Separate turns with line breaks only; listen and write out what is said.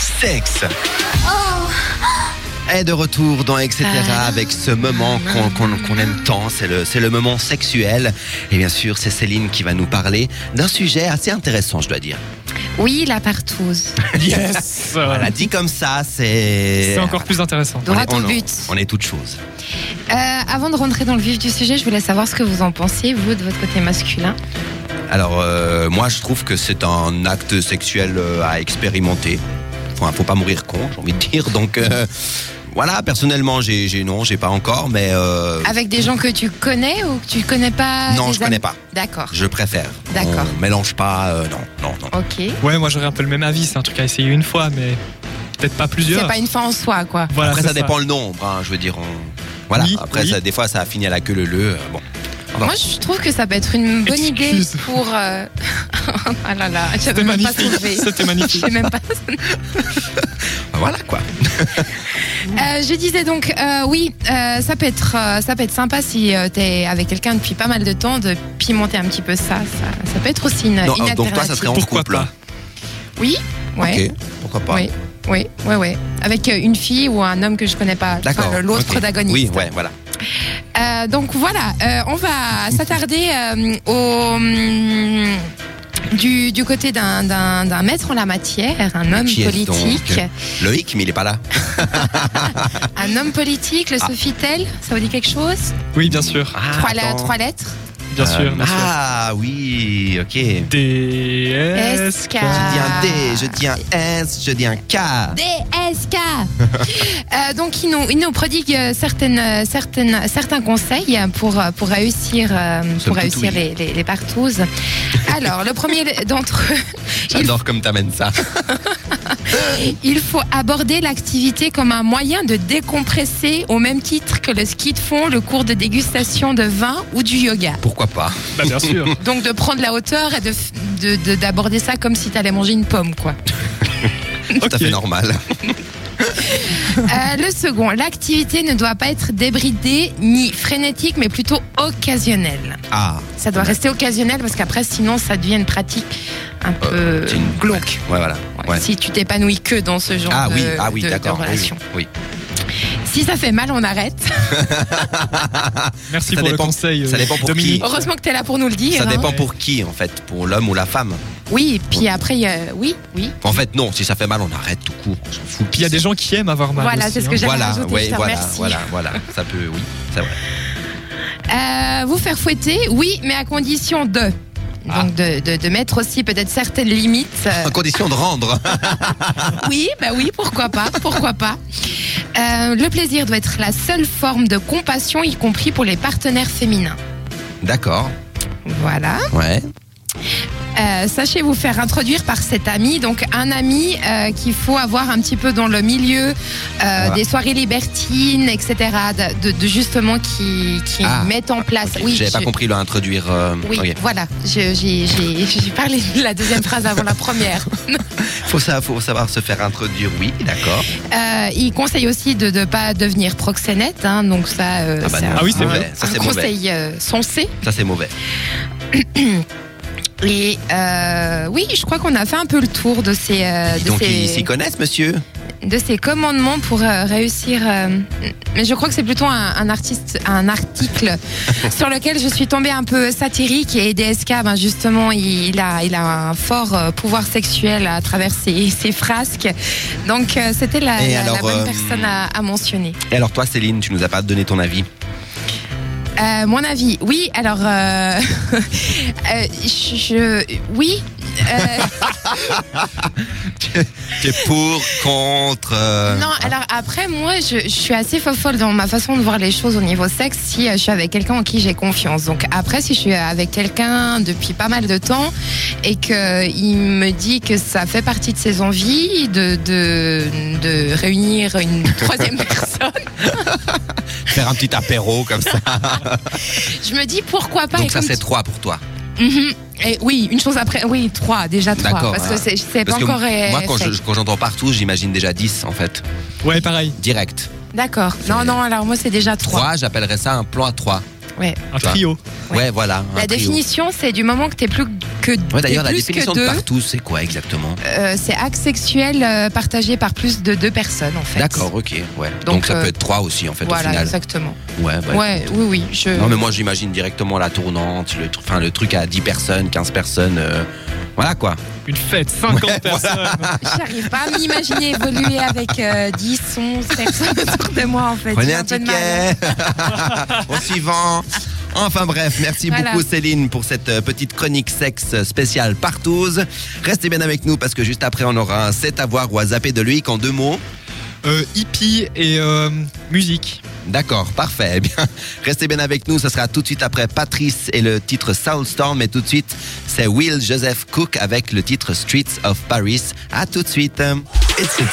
sexe.
Oh.
Et de retour dans etc.
Ah.
avec ce moment qu'on qu'on- qu'on aime tant, c'est le, c'est le moment sexuel. Et bien sûr, c'est Céline qui va nous parler d'un sujet assez intéressant, je dois dire.
Oui, la partouze.
Yes
On l'a dit comme ça, c'est...
C'est encore plus intéressant.
On
Droit
est,
au
on,
but.
on est toute chose.
Euh, avant de rentrer dans le vif du sujet, je voulais savoir ce que vous en pensiez, vous, de votre côté masculin.
Alors, euh, moi, je trouve que c'est un acte sexuel euh, à expérimenter. Enfin, faut pas mourir con, j'ai envie de dire. Donc, euh, voilà, personnellement, j'ai, j'ai- non, j'ai pas encore, mais euh,
Avec des gens que tu connais ou que tu connais pas
non,
Ah, des
je connais
amis
pas.
D'accord.
Je préfère.
D'accord.
On mélange pas. euh, non, non, non.
Ok.
Ouais, moi j'aurais un peu le même avis, c'est un truc à essayer une fois, mais peut-être pas
C'est
plusieurs.
pas une fin en soi, quoi.
Voilà,
après,
c'est
ça dépend le nombre. hein, je veux dire, on- voilà.
Oui,
après,
oui.
ça- des fois, ça finit à la queue le le. euh, bon.
Moi, je trouve que ça peut être une bonne idée
Excuse.
pour. euh, ah là là,
C'était
j'avais même pas
magnifique.
trouvé.
C'était
Je
magnifique.
sais même pas.
Bah, voilà quoi.
Euh, je disais donc, euh, oui, euh, ça peut être, euh, ça peut être sympa si euh, t'es avec quelqu'un depuis pas mal de temps de pimenter un petit peu ça. Ça, ça peut être aussi une,
Non,
une
euh, donc toi, ça
alternative.
serait en
Pourquoi
couple.
pas
Oui, ouais.
Ok. Pourquoi pas.
Oui, oui, oui, oui. Avec euh, une fille ou un homme que je connais pas.
D'accord.
Enfin, L'autre
ok.
protagoniste.
Oui, ouais, voilà.
Euh, donc voilà, euh, on va s'attarder euh, au. hum, du, du côté d'un- d'un d'un maître en la matière, un homme
Qui est-ce donc
politique.
Loïc, mais il est pas là.
Un homme politique, le Sofitel, ça vous dit quelque chose
Oui, bien sûr.
Ah,
trois, la-
attends.
trois lettres
Bien
Euh,
sûr, bien sûr.
Ah oui, ok.
DS.
SK.
Je dis un D, je dis un S, je dis un K.
DSK. Euh, donc il nous, il nous prodigue euh, certaines, euh, certaines, certains conseils pour, euh, pour réussir, euh, pour
toute
réussir
ouïe.
les, les, les partouzes. Alors le premier d'entre eux,
J'adore comme t'amènes ça.
il faut aborder l'activité comme un moyen de décompresser au même titre que le ski de fond, le cours de dégustation de vin ou du yoga.
Pourquoi pas
Bah, bien sûr.
Donc de prendre la hauteur et de f- de- de- d'aborder ça comme si t'allais manger une pomme quoi.
Tout à
Ok.
fait normal.
Euh, le second, l'activité ne doit pas être débridée ni frénétique, mais plutôt occasionnelle.
Ah,
Ça doit rester occasionnel parce qu'après, sinon, ça devient une pratique un peu
Euh, c'est une
glauque.
ouais, voilà.
Ouais,
Ouais.
Si tu t'épanouis que dans ce genre
Ah
de,
oui, ah oui,
de- de
d'accord. oui,
relation.
Oui, oui.
Si ça fait mal, on arrête.
Merci
Ça
pour
dépend-
le conseil.
ça
euh,
dépend pour
Dominique.
qui.
Heureusement que t'es là pour nous le dire.
Ça
hein.
dépend
ouais.
pour qui, en fait, pour l'homme ou la femme.
Oui, et puis après, il y a- oui, oui.
En fait, non, si ça fait mal, on arrête tout court. On s'en fout.
Puis il y a des gens qui aiment avoir mal.
Voilà,
aussi,
c'est ce
hein.
que j'allais
Voilà,
rajouter,
ouais,
je te
voilà,
remercie.
voilà, voilà. Ça peut, oui, c'est vrai.
Euh, vous faire fouetter, oui, mais à condition de.
Ah.
Donc de, de- de mettre aussi peut-être certaines limites. euh,
En condition de rendre.
Oui, bah oui, pourquoi pas, pourquoi pas. Euh, le plaisir doit être la seule forme de compassion, y compris pour les partenaires féminins.
D'accord.
Voilà.
Ouais.
Euh, sachez vous faire introduire par cet ami, donc un ami euh, qu'il faut avoir un petit peu dans le milieu euh, des soirées libertines, etc. De, de- de justement qui, qui
Ah.
mettent en place.
Ok,
Oui,
J'avais pas
je-
compris le introduire. euh,
Oui,
ok.
voilà. Je- J'ai j'ai- j'ai parlé de la deuxième phrase avant la première.
Faut, ça, faut savoir se faire introduire, oui, d'accord.
Euh, il conseille aussi de ne pas devenir proxénète, hein, donc ça, euh,
Ah bah
c'est
non,
un-
Ah oui, c'est
un-
mauvais, ça,
un
c'est mauvais.
conseil euh, sensé.
Ça, c'est mauvais.
Et euh, oui, je crois qu'on a fait un peu le tour de ces, euh,
Dis
de
donc, ils
ces,
s'y connaissent, monsieur
de ces commandements pour euh, réussir. euh, mais je crois que c'est plutôt un, un artiste, un article sur lequel je suis tombée un peu satirique et DSK, ben justement, il, il a, il a un fort euh, pouvoir sexuel à travers ses, ses frasques. Donc euh, c'était la,
Et
la- la
alors,
bonne
euh,
personne à- à mentionner.
Et alors, toi, Céline, tu nous as pas donné ton avis.
Euh, mon avis, oui. Alors, euh, euh, je, je- oui. euh,
T'es pour, contre. euh,
non, alors après, moi, je, je suis assez fofolle dans ma façon de voir les choses au niveau sexe si euh, je suis avec quelqu'un en qui j'ai confiance. Donc après, si je suis avec quelqu'un depuis pas mal de temps et que il me dit que ça fait partie de ses envies de de, de réunir une troisième personne,
Faire un petit apéro comme
Bah,
ça.
je me dis pourquoi pas.
Donc,
et
ça,
comme
c'est
tu-
trois pour toi.
Mhm. Et oui, une chose après, oui, trois déjà trois,
D'accord,
parce que
voilà.
c'est- c'est pas
Parce que
encore. euh,
moi, quand
fait.
je- quand j'entends partout, j'imagine déjà 10 en fait.
Ouais, pareil.
Direct.
D'accord. Non, non, alors moi c'est déjà 3.
Trois, j'appellerais ça un plan à trois.
Ouais.
Un
Tu vois.
trio.
Ouais, voilà. un
La
trio.
définition, c'est du moment que t'es plus que
Ouais, d'ailleurs, la
t'es plus
définition
que
de
deux,
partout, c'est quoi exactement
euh, c'est acte sexuel euh, partagé par plus de deux personnes en fait.
D'accord, ok, ouais. Donc,
Donc,
ça
euh,
peut être trois aussi, en fait,
Voilà, euh,
au final.
exactement.
Ouais, bah,
Ouais, oui, oui. Je...
Non, mais moi, j'imagine directement la tournante, le, tr- enfin, le truc à 10 personnes, 15 personnes. euh, voilà, quoi.
Une fête, 50 personnes.
J'arrive pas à m'imaginer évoluer avec euh, 10, 11 personnes autour de moi en fait.
Prenez
J'ai
un
peu de mal.
ticket. Au suivant. Enfin bref, merci
Voilà.
beaucoup Céline pour cette euh, petite chronique sexe spéciale partouze. Restez bien avec nous parce que juste après on aura un 7 à voir ou à zapper de lui qu'en deux mots.
Euh, hippie et euh, musique.
D'accord, parfait. Eh bien, restez bien avec nous. Ce sera tout de suite après Patrice et le titre Soulstorm. Et tout de suite, c'est Will Joseph Cook avec le titre Streets of Paris. À tout de suite. Et c'est-